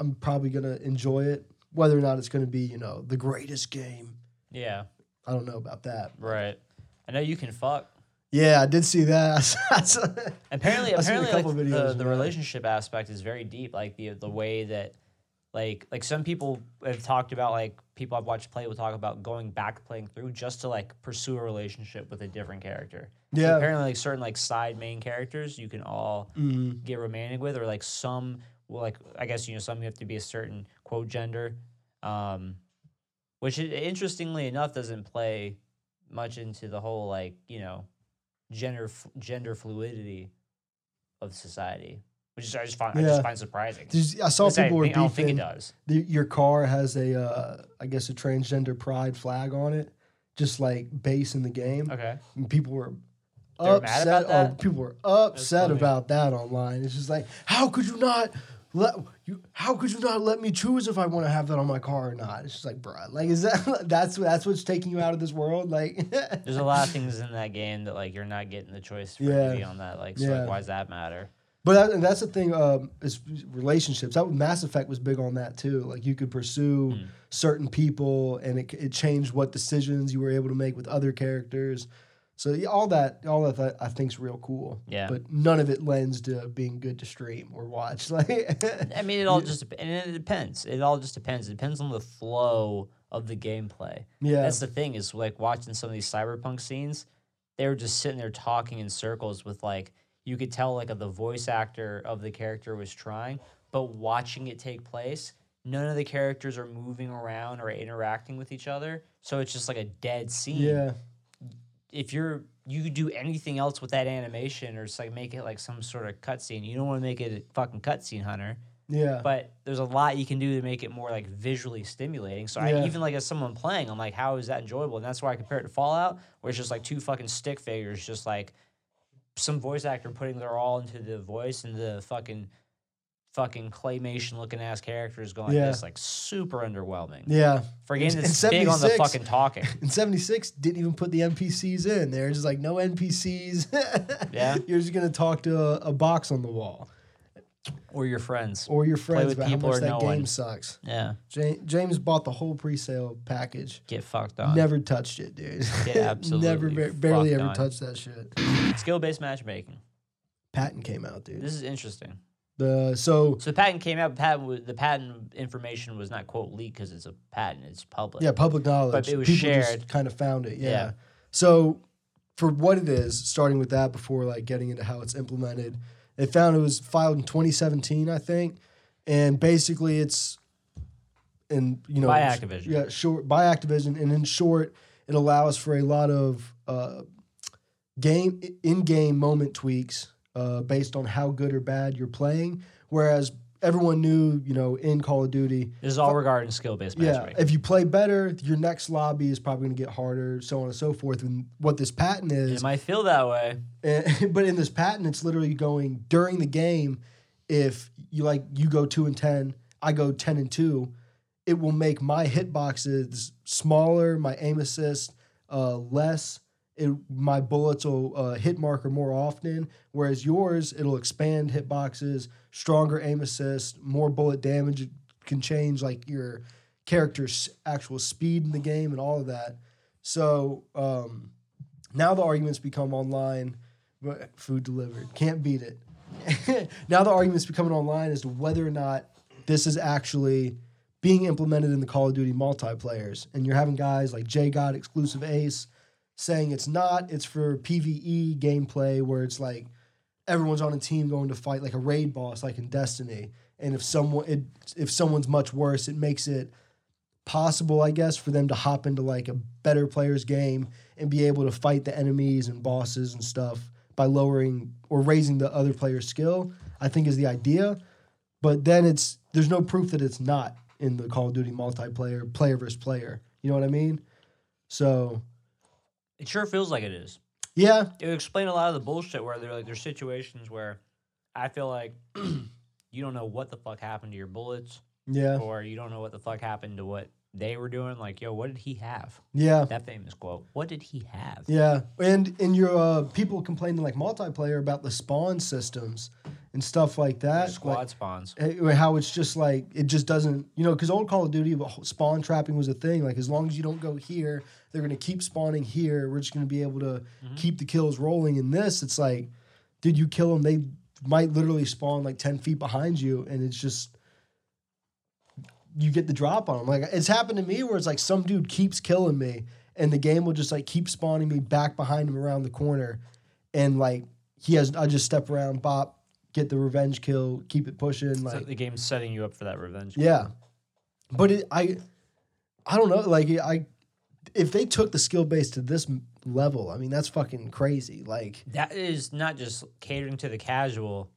I'm probably gonna enjoy it. Whether or not it's going to be, you know, the greatest game, Yeah. I don't know about that. Right. I know you can fuck. Yeah, I did see that. *laughs* I saw- Apparently, I've seen a apparently, couple like, videos the, of the that. relationship aspect is very deep. Like the the way that, like, like some people have talked about, like people I've watched play will talk about going back playing through just to like pursue a relationship with a different character. So Yeah. apparently, like certain like side main characters you can all Mm, get romantic with, or like some well, like I guess you know some you have to be a certain quote gender, um, which i- interestingly enough doesn't play much into the whole like you know gender f- gender fluidity of society, which is I just find I Yeah. just find surprising. Did- I saw Which I people were think- I don't think it beefing. does. the, your car has a, uh, I guess, a transgender pride flag on it, just like base in the game. Okay, And people were They were mad upset. about oh, that? people were upset funny. about that online. It's just like, how could you not let you? How could you not let me choose if I want to have that on my car or not? It's just like, bruh, like is that *laughs* that's that's what's taking you out of this world? Like, *laughs* there's a lot of things in that game that like you're not getting the choice for it to Yeah. be on that. Like, so Yeah. like, why does that matter? But that, and that's the thing um, is relationships. That Mass Effect was big on that too. Like you could pursue Hmm. certain people, and it, it changed what decisions you were able to make with other characters. So yeah, all that, all that, I I think's real cool. Yeah. But none of it lends to being good to stream or watch. *laughs* Like, I mean, it all just dep- and it depends. It all just depends. It depends on the flow of the gameplay. Yeah. that's the thing is like watching some of these cyberpunk scenes. They were just sitting there talking in circles with like you could tell like the voice actor of the character was trying, but watching it take place, none of the characters are moving around or interacting with each other. So it's just like a dead scene yeah, if you're you could do anything else with that animation or just like make it like some sort of cutscene. You don't want to make it a fucking cutscene, Hunter. yeah, But there's a lot you can do to make it more like visually stimulating. So I Yeah. even like as someone playing, I'm like, how is that enjoyable? And that's why I compare it to Fallout, where it's just like two fucking stick figures, just like some voice actor putting their all into the voice and the fucking fucking claymation looking ass characters going Yeah. yeah. this like super underwhelming. yeah. For a game In that's big on the 76 fucking *laughs* talking. In '76, didn't even put the NPCs in. They're just like no NPCs. Yeah. *laughs* you're just gonna talk to a, a box on the wall Or your friends. or your friends with about how people much or that no game one. sucks. Yeah. Ja- James bought the whole pre-sale package. Get fucked on. Never touched it, dude. *laughs* Yeah, absolutely *laughs* Never, bar- barely fucked ever on. touched that shit. Skill based matchmaking. Patent came out, dude. This is interesting. The so So the patent came out. Patent wa- the patent information was not quote leaked because it's a patent. It's public. yeah, public knowledge. it was People shared. Just kind of found it. Yeah. Yeah. So for what it is, starting with that before like getting into how it's implemented, they found it was filed in 2017, I think, and basically it's and you know By it's- Activision. Yeah, short by Activision, and in short, it allows for a lot of uh, game in-game moment tweaks uh, based on how good or bad you're playing. Whereas everyone knew, you know, in Call of Duty, This is all regarding skill based yeah, matchmaking. if you play better, your next lobby is probably going to get harder, so on and so forth. And what this patent it is, might feel that way. and, *laughs* but in this patent, it's literally going during the game. If you like, you go two and ten, I go ten and two. It will make my hitboxes smaller, my aim assist uh, less. It, my bullets will uh, hit marker more often, whereas yours it'll expand hitboxes, stronger aim assist, more bullet damage. It can change like your character's actual speed in the game and all of that. So um, now the arguments become online, but food delivered. Can't beat it. *laughs* now the arguments becoming online as to whether or not this is actually being implemented in the Call of Duty multiplayers. And you're having guys like J God exclusive ace saying it's not, it's for PvE gameplay where it's like everyone's on a team going to fight like a raid boss like in Destiny. And if someone it, if someone's much worse, it makes it possible, I guess, for them to hop into like a better player's game and be able to fight the enemies and bosses and stuff by lowering or raising the other player's skill, I think is the idea. But then it's there's no proof that it's not in the Call of Duty multiplayer, player versus player. You know what I mean? So It sure feels like it is. yeah, It would explain a lot of the bullshit where they're like there's situations where I feel like *clears throat* you don't know what the fuck happened to your bullets yeah, or you don't know what the fuck happened to what they were doing. Like, yo, what did he have? yeah. That famous quote. What did he have? Yeah, and and your uh, people complaining like multiplayer about the spawn systems, and and stuff like that. Squad like, spawns. eh, how it's just like it just doesn't you know because old call of duty wh- spawn trapping was a thing like as long as you don't go here they're going to keep spawning here we're just going to be able to keep the kills rolling in this it's like did you kill them they might literally spawn like 10 feet behind you and it's just you get the drop on them like it's happened to me where it's like some dude keeps killing me and the game will just like keep spawning me back behind him around the corner and like he has i just step around bop get the revenge kill keep it pushing So like the game's setting you up for that revenge. yeah, but it, I, I don't know. Like I, if they took the skill base to this m- level, I mean that's fucking crazy. Like That is not just catering to the casual.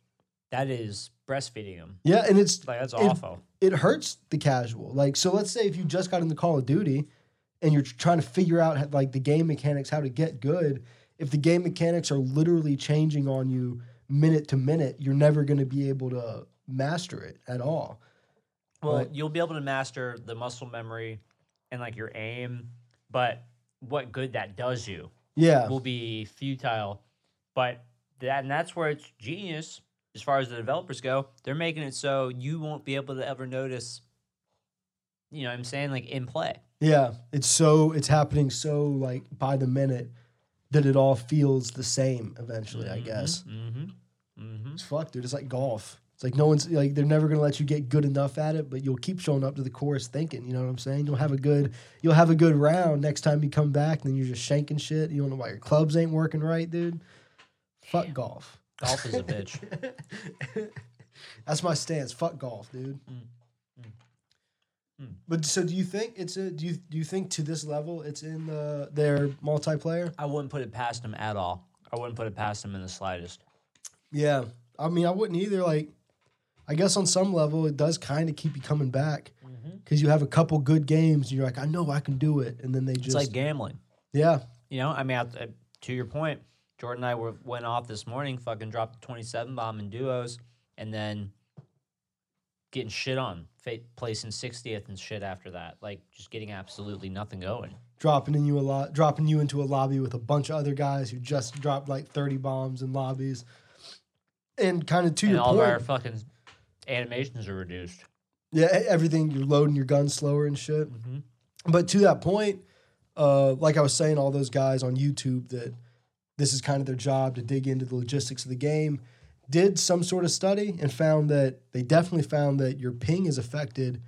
That is breastfeeding them. yeah, and it's Like that's It- awful. it hurts the casual. Like so, let's say if you just got into Call of Duty, and you're tr- trying to figure out how, like the game mechanics, how to get good. If the game mechanics are literally changing on you minute to minute, you're never going to be able to master it at all. Well, Right. you'll be able to master the muscle memory and like your aim, but what good that does you Yeah, will be futile. But that and that's where it's genius as far as the developers go. They're making it so you won't be able to ever notice. You know, what I'm saying like in play. Yeah, it's so it's happening so like by the minute that it all feels the same eventually. I guess Mm-hmm. Mm-hmm. it's fuck, dude. It's like golf. It's like no one's like they're never gonna let you get good enough at it, but you'll keep showing up to the course thinking. You know what I'm saying? You'll have a good you'll have a good round next time you come back. And then you're just shanking shit. You don't know why your clubs ain't working right, dude. Fuck golf. Golf *laughs* is a bitch. That's my stance. Fuck golf, dude. But so, do you think it's a do you do you think to this level it's in the their multiplayer? I wouldn't put it past him at all. I wouldn't put it past him in the slightest. Yeah, I mean, I wouldn't either. Like, I guess on some level, it does kind of keep you coming back Mm-hmm. because you have a couple good games and you're like, I know I can do it, and then they It's just like gambling. yeah, You know, I mean, I, I- to your point, Jordan and I were, went off this morning, fucking dropped the 27 bomb in duos, and then getting shit on, fa- placing 60th and shit after that. Like, just getting absolutely nothing going. dropping in you a lot, dropping you into a lobby with a bunch of other guys who just dropped like thirty bombs in lobbies, and kind of to and your all point, of our fucking animations are reduced. Yeah, e- everything you're loading your gun slower and shit. But to that point, uh, like I was saying, all those guys on YouTube that this is kind of their job to dig into the logistics of the game did some sort of study and found that they definitely found that your ping is affected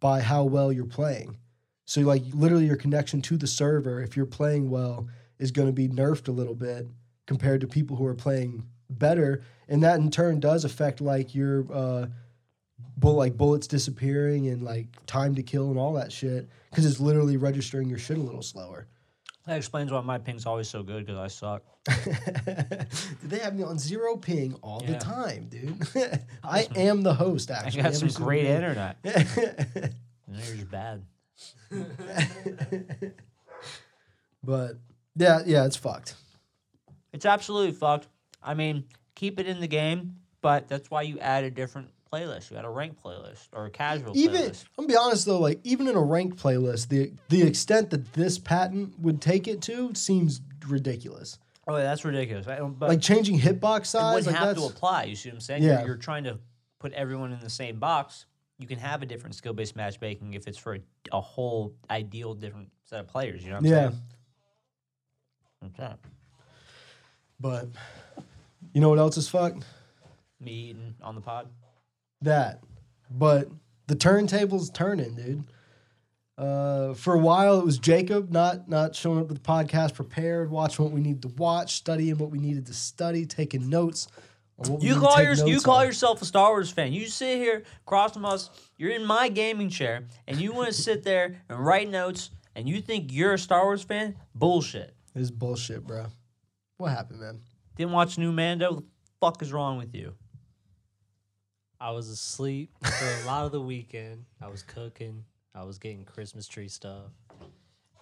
by how well you're playing. So like literally your connection to the server, if you're playing well, is going to be nerfed a little bit compared to people who are playing better, and that in turn does affect like your uh, bull like bullets disappearing and like time to kill and all that shit because it's literally registering your shit a little slower. *laughs* That explains why my ping's always so good because I suck. they have me on zero ping all the Yeah. time, dude. *laughs* I am the host. I Actually, got some great energy. internet. *laughs* And they're just bad. but yeah, yeah, it's fucked. It's absolutely fucked. I mean, keep it in the game, but that's why you add a different playlist. You add a ranked playlist or a casual even playlist. I'm gonna be honest though, like even in a ranked playlist, the the extent that this patent would take it to seems ridiculous. Oh, yeah, that's ridiculous. I don't, but Like changing hitbox it size, wouldn't like have that's to apply. You see what I'm saying? You're- Yeah. You're, trying to put everyone in the same box. You can have a different skill based matchmaking if it's for a, a whole ideal different set of players. You know what I'm yeah. saying? Okay. But you know what else is fucked? Me eating on the pod. That. But the turntable's turning, dude. Uh, for a while, it was Jacob not not showing up to the podcast prepared, watching what we needed to watch, studying what we needed to study, taking notes. on what we You need to call take your, you notes call on. yourself a Star Wars fan. You sit here across from us. You're in my gaming chair, and you want to sit there and write notes, and you think you're a Star Wars fan? Bullshit. This is bullshit, bro. What happened, man? Didn't watch New Mando. The fuck is wrong with you? I was asleep for a lot of the weekend. I was cooking. I was getting Christmas tree stuff.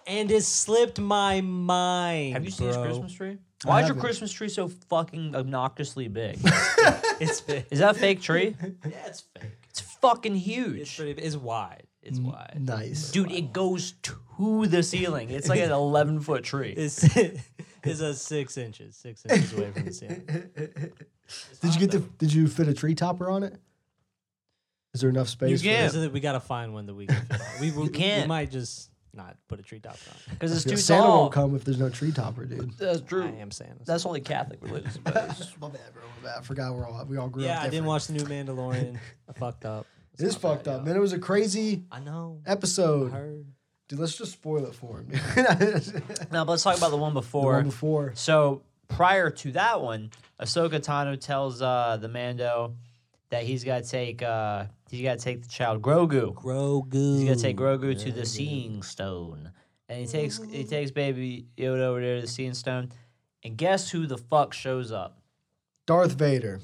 And it slipped my mind. Have you seen his bro. Christmas tree? Why is your haven't. Christmas tree so fucking obnoxiously big? *laughs* It's fake. is that a fake tree? yeah, it's fake. It's fucking It's huge. pretty. It's wide. It's wide. Nice. Dude, it goes to the ceiling. It's like an 11 foot tree. It's *laughs* is a six inches, six inches away from *laughs* the ceiling. Did you get the? Did you fit a tree topper on it? Is there enough space? for can. it? So that we gotta find one that we can fit on. We, we, can't. We might just not put a tree top on. because it's too Santa tall. won't come if there's no tree topper, *laughs* dude. That's I true. am saying this. That's only Catholic religion. But My bad, bro. My bad. I forgot we're all we all grew yeah. up. I didn't different. watch the new Mandalorian. *laughs* I fucked up. It is my bad, fucked up, y'all. man. It was a crazy I know. I episode, heard. dude. Let's just spoil it for him. *laughs* *laughs* dude. now let's talk about the one The before. one before. So prior to that one, Ahsoka Tano tells uh, the Mando that he's got to take uh, he's got to take the child Grogu. Grogu. He's gonna take Grogu to the Seeing Stone, and he takes he takes Baby Yoda over there to the Seeing Stone, and guess who the fuck shows up? Darth Vader.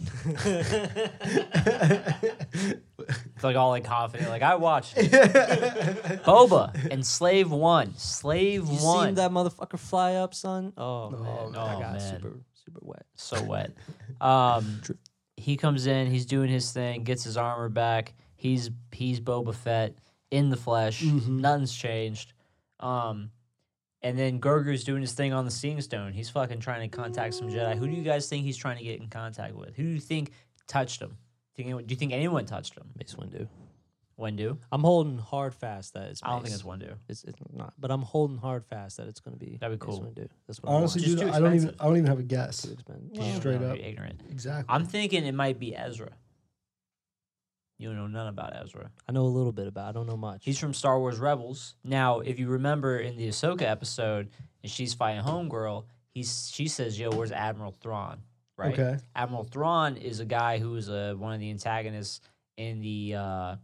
It's like all like confident, like I watched it. Boba and Slave One, Slave You One, seen that motherfucker fly up, son? Oh, man. man. I Oh, got man. super super wet. so wet. *laughs* Um, he comes in, he's doing his thing, gets his armor back. He's he's Boba Fett in the flesh. Mm-hmm. Nothing's changed. Um, and then Grogu's doing his thing on the Seeing Stone. He's fucking trying to contact some Jedi. Who do you guys think he's trying to get in contact with? Who do you think touched him? Do you think, do you think anyone touched him? Mace Windu. Wendu? I'm holding hard fast that it's. I don't think Mace. it's Wendu. It's, it's not, but I'm holding hard fast that it's gonna be. That'd be Mace cool. Windu. That's what Honestly, Just dude, too I don't even. expensive. I don't even have a guess. I want. Straight No, up. you're ignorant. Exactly. I'm thinking it might be Ezra. You don't know none about Ezra. I know a little bit about. it. I don't know much. He's from Star Wars Rebels. Now, if you remember in the Ahsoka episode, and she's fighting Homegirl, he's she says, "Yo, where's Admiral Thrawn?" Right. Okay. Admiral Thrawn is a guy who is a, one of the antagonists in the uh,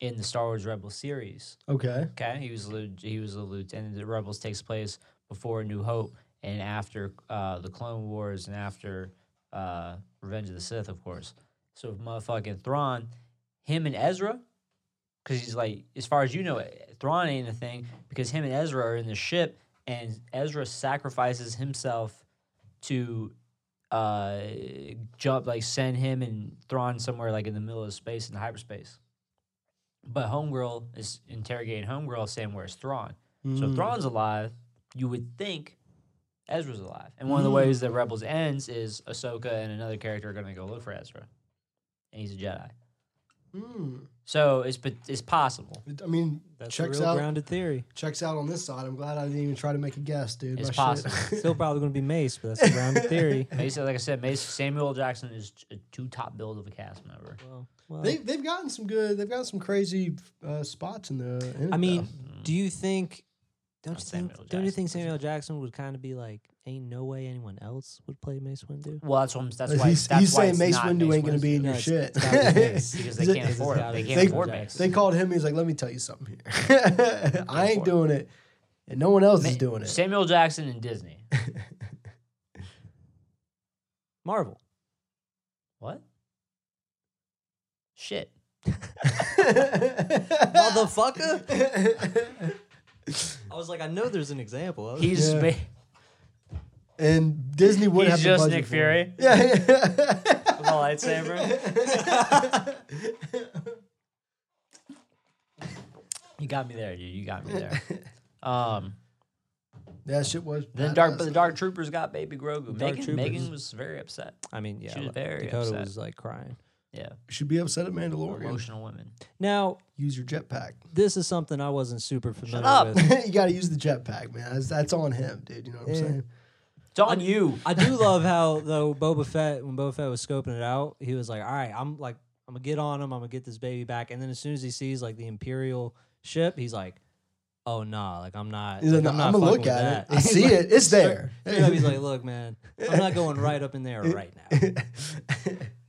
in the Star Wars Rebels series. Okay. Okay, he was a, lieu- he was a lieutenant. The Rebels takes place before A New Hope and after uh, the Clone Wars and after uh, Revenge of the Sith, of course. So motherfucking Thrawn, him and Ezra, because he's like, as far as you know, Thrawn ain't a thing because him and Ezra are in the ship, and Ezra sacrifices himself to uh, jump, like send him and Thrawn somewhere like in the middle of space in hyperspace. But Homegirl is interrogating Homegirl, saying where's Thrawn. Mm. So if Thrawn's alive, you would think Ezra's alive. And Mm. one of the ways that Rebels ends is Ahsoka and another character are going to go look for Ezra, and he's a Jedi. Mm. So it's pot- it's possible. It- I mean, That's checks a real out. grounded *laughs* theory. Checks out on this side. I'm glad I didn't even try to make a guess, dude. It's My shit. possible. *laughs* Still probably gonna be Mace, but that's a grounded theory. Mason, like I said, Mason, Samuel L. Jackson is t- a two top build of a cast member. Well, well, They, they've gotten some good. They've gotten some crazy uh, spots in the. In I it, mean, though. do you think? Don't you Not think? Samuel Don't you Jackson, think is it? Samuel L. Jackson would kind of be like, "Ain't no way anyone else would play Mace *laughs* Windu." Well, that's what I'm, that's why he's, that's he's why saying it's Mace not Windu ain't going to be in No, your it's- shit. it's gotta be *laughs* Mace, because they Is it- can't it's afford it. gotta *laughs* They be can't Samuel afford Jackson. Mace. They called him. He's like, "Let me tell you something here. *laughs* I ain't doing it, and no one else is doing it." Samuel Jackson and Disney. *laughs* Marvel. What? Shit. Motherfucker. *laughs* I was like, I know there's an example. of it. He's Yeah. ba- and Disney would have he's the just budget Nick for Fury it. *laughs* Yeah, yeah. with a lightsaber. you got me there, dude. You got me there. Um, that shit was. then badass. dark, but the Dark Troopers got Baby Grogu. Dark Megan, Troopers. Megan was very upset. I mean, yeah. She was like, very Dakota upset. was like crying. Yeah, should be upset at Mandalorian. emotional women. Now, Use your jetpack. *laughs* this is something I wasn't super familiar up. with. you got to use the jetpack, man. That's, that's on him, dude. You know what I'm Yeah. saying? It's on you. I do love how though Boba Fett when Boba Fett was scoping it out, he was like, "All right, I'm like, I'm gonna get on him. I'm gonna get this baby back." And then as soon as he sees like the Imperial ship, he's like, "Oh nah, like I'm not. He's like, like, no, I'm, not gonna fucking look with at that." it. *laughs* I see it. It's there. Straight up, he's like, "Look, man, I'm not going right up *laughs* in there right now."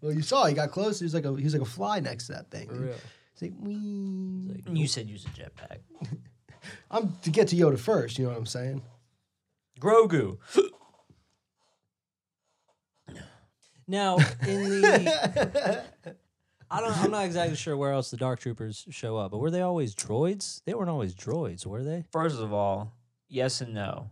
well, you saw. He got close. He was like a he was like a fly next to that thing. For real. He's like, "Wee." You said use a jetpack. I'm to get to Yoda first. You know what I'm saying? Grogu. Now in the. *laughs* I don't, I'm not exactly sure where else the Dark Troopers show up, but were they always droids? They weren't always droids, were they? First of all, yes and no.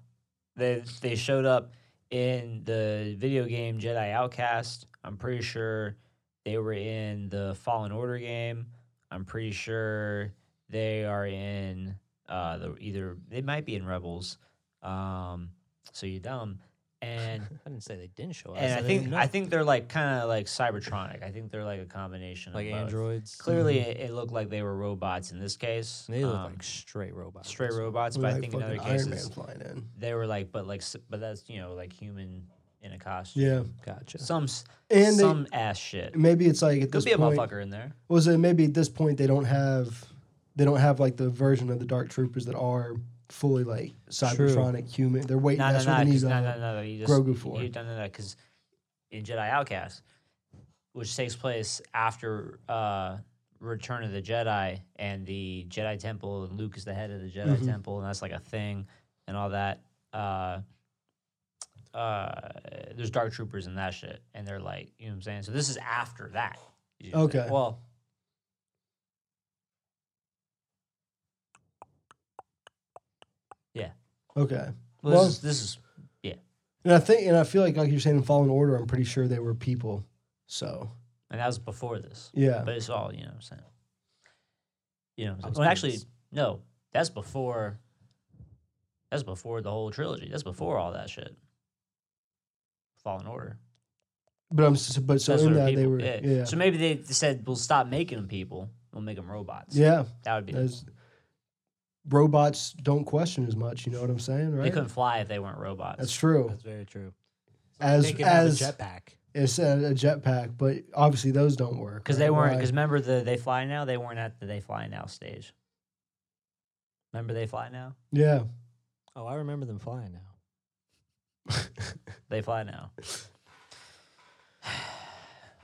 They they showed up in the video game Jedi Outcast. I'm pretty sure they were in the Fallen Order game. I'm pretty sure they are in uh, the either they might be in Rebels. Um, so you dumb. and I didn't say they didn't show us. and I didn't think know. I think they're like kind of like Cybertronic. I think they're like a combination like of both. androids. Clearly, it, it looked like they were robots in this case. they look um, like straight robots. straight robots, but I Like think in other fucking Iron cases Man flying in. they were like, but like, s- but that's you know like human in a costume. Yeah, Gotcha. Some s- and some ass shit. they, maybe it's like Could at this be a point. motherfucker in there. Was it maybe at this point they don't have they don't have like the version of the Dark Troopers that are fully like cybertronic human. They're waiting. No, no, that's no, what they need. because no, uh, no, no. You just Grogu for. You don't know that because in Jedi Outcast, which takes place after uh, Return of the Jedi and the Jedi Temple, and Luke is the head of the Jedi Mhm. Temple, and that's like a thing, and all that. Uh, uh, there's dark troopers and that shit, and they're like, you know what I'm saying. So this is after that. you know what I'm saying? Okay. Well, Okay, well, Well- this is, this is and I think and I feel like like you're saying in Fallen Order, I'm pretty sure they were people. So and that was before this. yeah, But it's all, you know what I'm saying? You know what I I'm was saying? Well, actually, curious. no. That's before that's before the whole trilogy. That's before all that shit. Fallen Order. but I'm s- but so that's in what that they people- were yeah. yeah yeah. So maybe they said, we'll stop making them people. We'll make them robots. That would be. the- that's- robots don't question as much. You know what I'm saying, They right? couldn't fly if they weren't robots. That's true. That's very true. As They could have a as jetpack. it's a, a jetpack, but obviously those don't work Because right? they weren't. Why? Because remember the they fly now. They weren't at the they fly now stage. Remember they fly now. yeah. Oh, I remember them flying now. They fly now.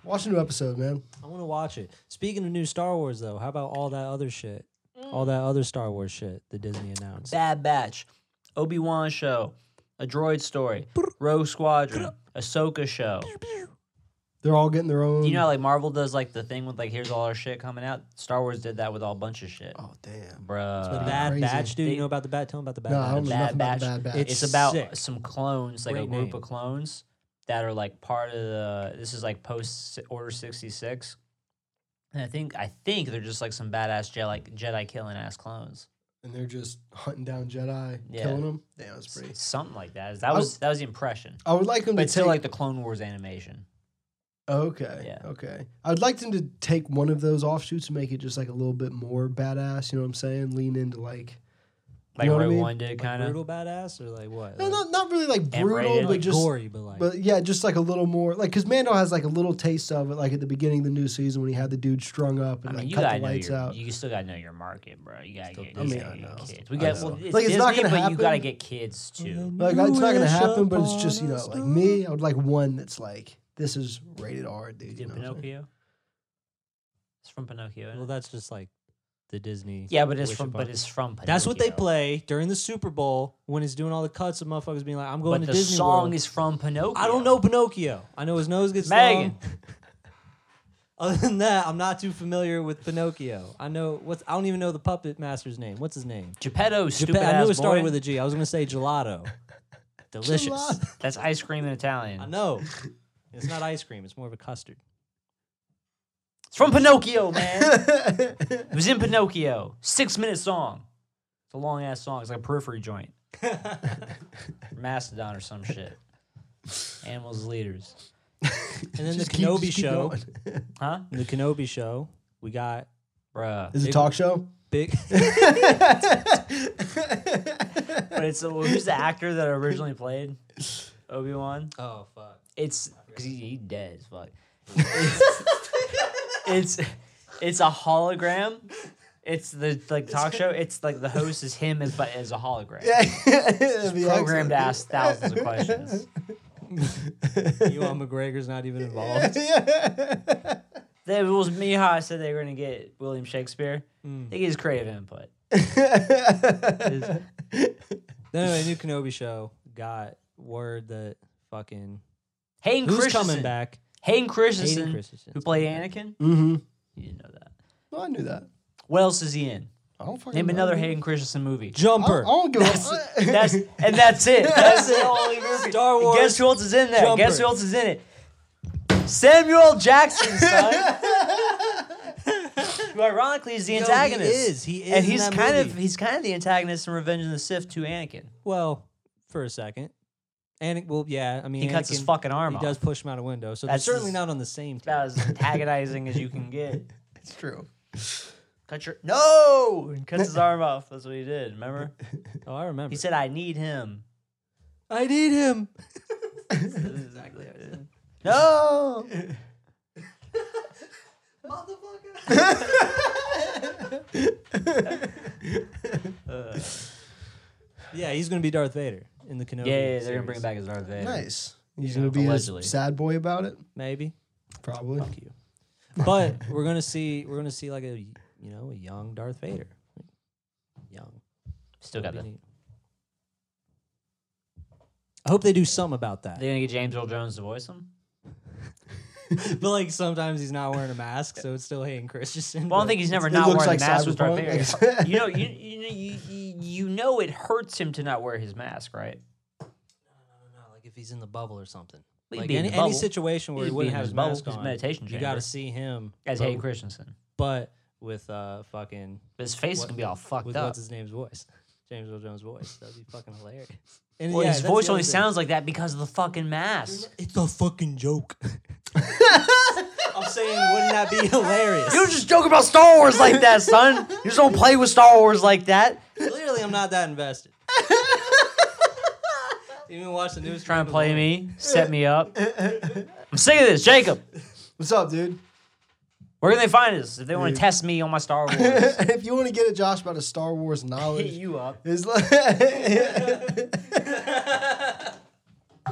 Watch a new episode, man. I want to watch it. Speaking of new Star Wars, though, how about all that other shit? All that other Star Wars shit that Disney announced. Bad Batch, Obi Wan show, a droid story, Rogue Squadron, Ahsoka show. They're all getting their own. Do you know how, like Marvel does like the thing with like here's all our shit coming out? Star Wars did that with all bunch of shit. oh damn! Bruh. the Bad crazy. Batch, dude. They- you know about the Bat? Tell them about the Bad No, I Batch. don't know nothing about the Bad Batch. It's, It's about sick. some clones, like a Great group name. of clones that are like part of the this is like post order sixty six. And I think I think they're just like some badass Jedi Jedi killing ass clones. and they're just hunting down Jedi, Yeah. killing them. Damn, that's S- pretty. Something like that. That was that was the impression. I would like them But to still take, like the Clone Wars animation. okay, Yeah. okay. I'd like them to take one of those offshoots and make it just like a little bit more badass. You know what I'm saying? Lean into like like know what I Rogue mean? One did, kind of. brutal badass or like what? no, Like- not not really like M-rated, brutal, like but like just gory, but like But yeah, just like a little more, like because Mando has like a little taste of it, like at the beginning of the new season when he had the dude strung up I and mean, like you cut gotta the know lights your, out. you still gotta know your market, bro. You gotta get, I you mean, gotta I know. get kids. We I got know. well, it's Like, it's Disney, but not gonna you gotta happen. get kids too. Like it's not gonna happen, but it's just you know, like me, I would like one that's like this is rated R, dude. You Did know what I'm saying? Pinocchio? It's from Pinocchio. isn't Well, it? that's just like the Disney. yeah, but it's wish from upon- but it's from Pinocchio. That's what they play during the Super Bowl when it's doing all the cuts of motherfuckers being like, "I'm going But to the Disney song World." is from Pinocchio. I don't know Pinocchio. I know his nose gets Megan. long. *laughs* Other than that, I'm not too familiar with Pinocchio. I know what's. I don't even know the puppet master's name. What's his name? Geppetto, stupid Geppetto- I knew ass it started boy. with a G. I was gonna say gelato. Delicious. Gelato. That's ice cream in *laughs* I Italian. know. It's not ice cream. It's more of a custard. It's from *laughs* Pinocchio, man. it was in Pinocchio. Six minute song. It's a long ass song. It's like a periphery *laughs* joint. Mastodon or some shit. Animals leaders. And then the Just keep- Kenobi just keep show. going. Huh? The Kenobi show. We got Bruh. Is it a talk *laughs* show? big. *laughs* But it's who's the actor that originally played Obi Wan? oh fuck. It's because he, he dead as *laughs* fuck. It's, it's it's a hologram. It's the like talk show. It's like the host is him as but as a hologram. It'd be Programmed excellent. to ask *laughs* thousands of questions. *laughs* Ewan McGregor's not *laughs* even involved. That was me how I said they were gonna get William Shakespeare. They get his creative input. Then anyway, new Kenobi show got word that fucking Hayden who's Christensen. coming back? Hayden Christensen, Hayden Christensen. who played Anakin. Mm-hmm. You didn't know that. Well, I knew that. What else is he in? I don't fucking Name know. another Hayden Christensen movie. I, Jumper. I don't give a That's and that's *laughs* it. That's the only movie. Star And Wars Guess who else is in there? Guess Jumper. who else is in it? Samuel *laughs* Jackson, son. Who ironically is the he antagonist. is. He is And in he's that kind movie. of he's kind of the antagonist in Revenge of the Sith to Anakin. well, for a second, And well, yeah, I mean, He cuts his Anakin- fucking arm He off. does push him out a window, so That's that's certainly his- not on the same. Team. *laughs* About as antagonizing as you can get. It's true. Cut your no, and cuts his arm off. That's what he did. Remember? Oh, I remember. He said, "I need him." I need him. exactly. No. Uh, *laughs* Yeah, he's gonna be Darth Vader in the Kenobi. yeah, yeah, they're gonna bring series. back his Darth Vader. Nice. He's Yeah, gonna be allegedly. a sad boy about it, maybe. probably. Fuck you. *laughs* But we're gonna see. We're gonna see like a you know a young Darth Vader. Young. Still got That'd be the. neat. I hope they do something about that. They're gonna get James Earl Jones to voice him. *laughs* but like sometimes he's not wearing a mask, so it's still Hayden Christensen. Well, I don't but- think he's never It not looks wearing like the mask with Darth Cyberpunk. *laughs* Vader. you know, you, you know, you, you you know, it hurts him to not wear his mask, right? I don't know, like if he's in the bubble or something. He'd Like be in any, the any bubble. situation where He'd he be wouldn't in have his his bubble, mask his on, meditation you got chamber. to see him As but- Hayden Christensen, but with uh fucking but his face What- can be all fucked with up. what's his name's voice, *laughs* James Earl Jones' voice. That'd be fucking hilarious. And Well, yeah, his that's voice the only other thing. sounds like that because of the fucking mask. It's a fucking joke. *laughs* *laughs* I'm saying, wouldn't that be hilarious? *laughs* You don't just joke about Star Wars like that, son. You just don't play with Star Wars like that. Clearly, I'm not *laughs* that invested. Even watch the news. Trying feed to play alone. me, set me up. I'm sick of this, Jacob. *laughs* What's up, dude? *laughs* Where can they find us if they want Dude. to test me on my Star Wars? if you want to get at Josh about a Star Wars *laughs* knowledge, you up. It's like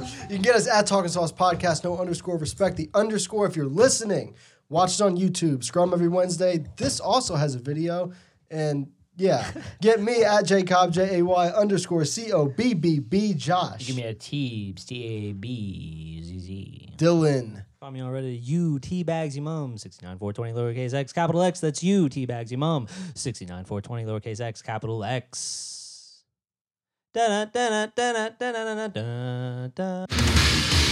*laughs* you can get us at Talking Sauce Podcast, no underscore respect the underscore if you're listening. Watch it on YouTube. Scrum every Wednesday. This also has a video. And yeah, get me at Jacob J A Y underscore C O B B B Josh. Give me a Teebs, T E A B Z Z. Dylan. Find me already. You teabags your mum. 69420 lowercase x capital X. That's you teabags your mum. 69420 lowercase x capital X. Da da da da da da da da da da.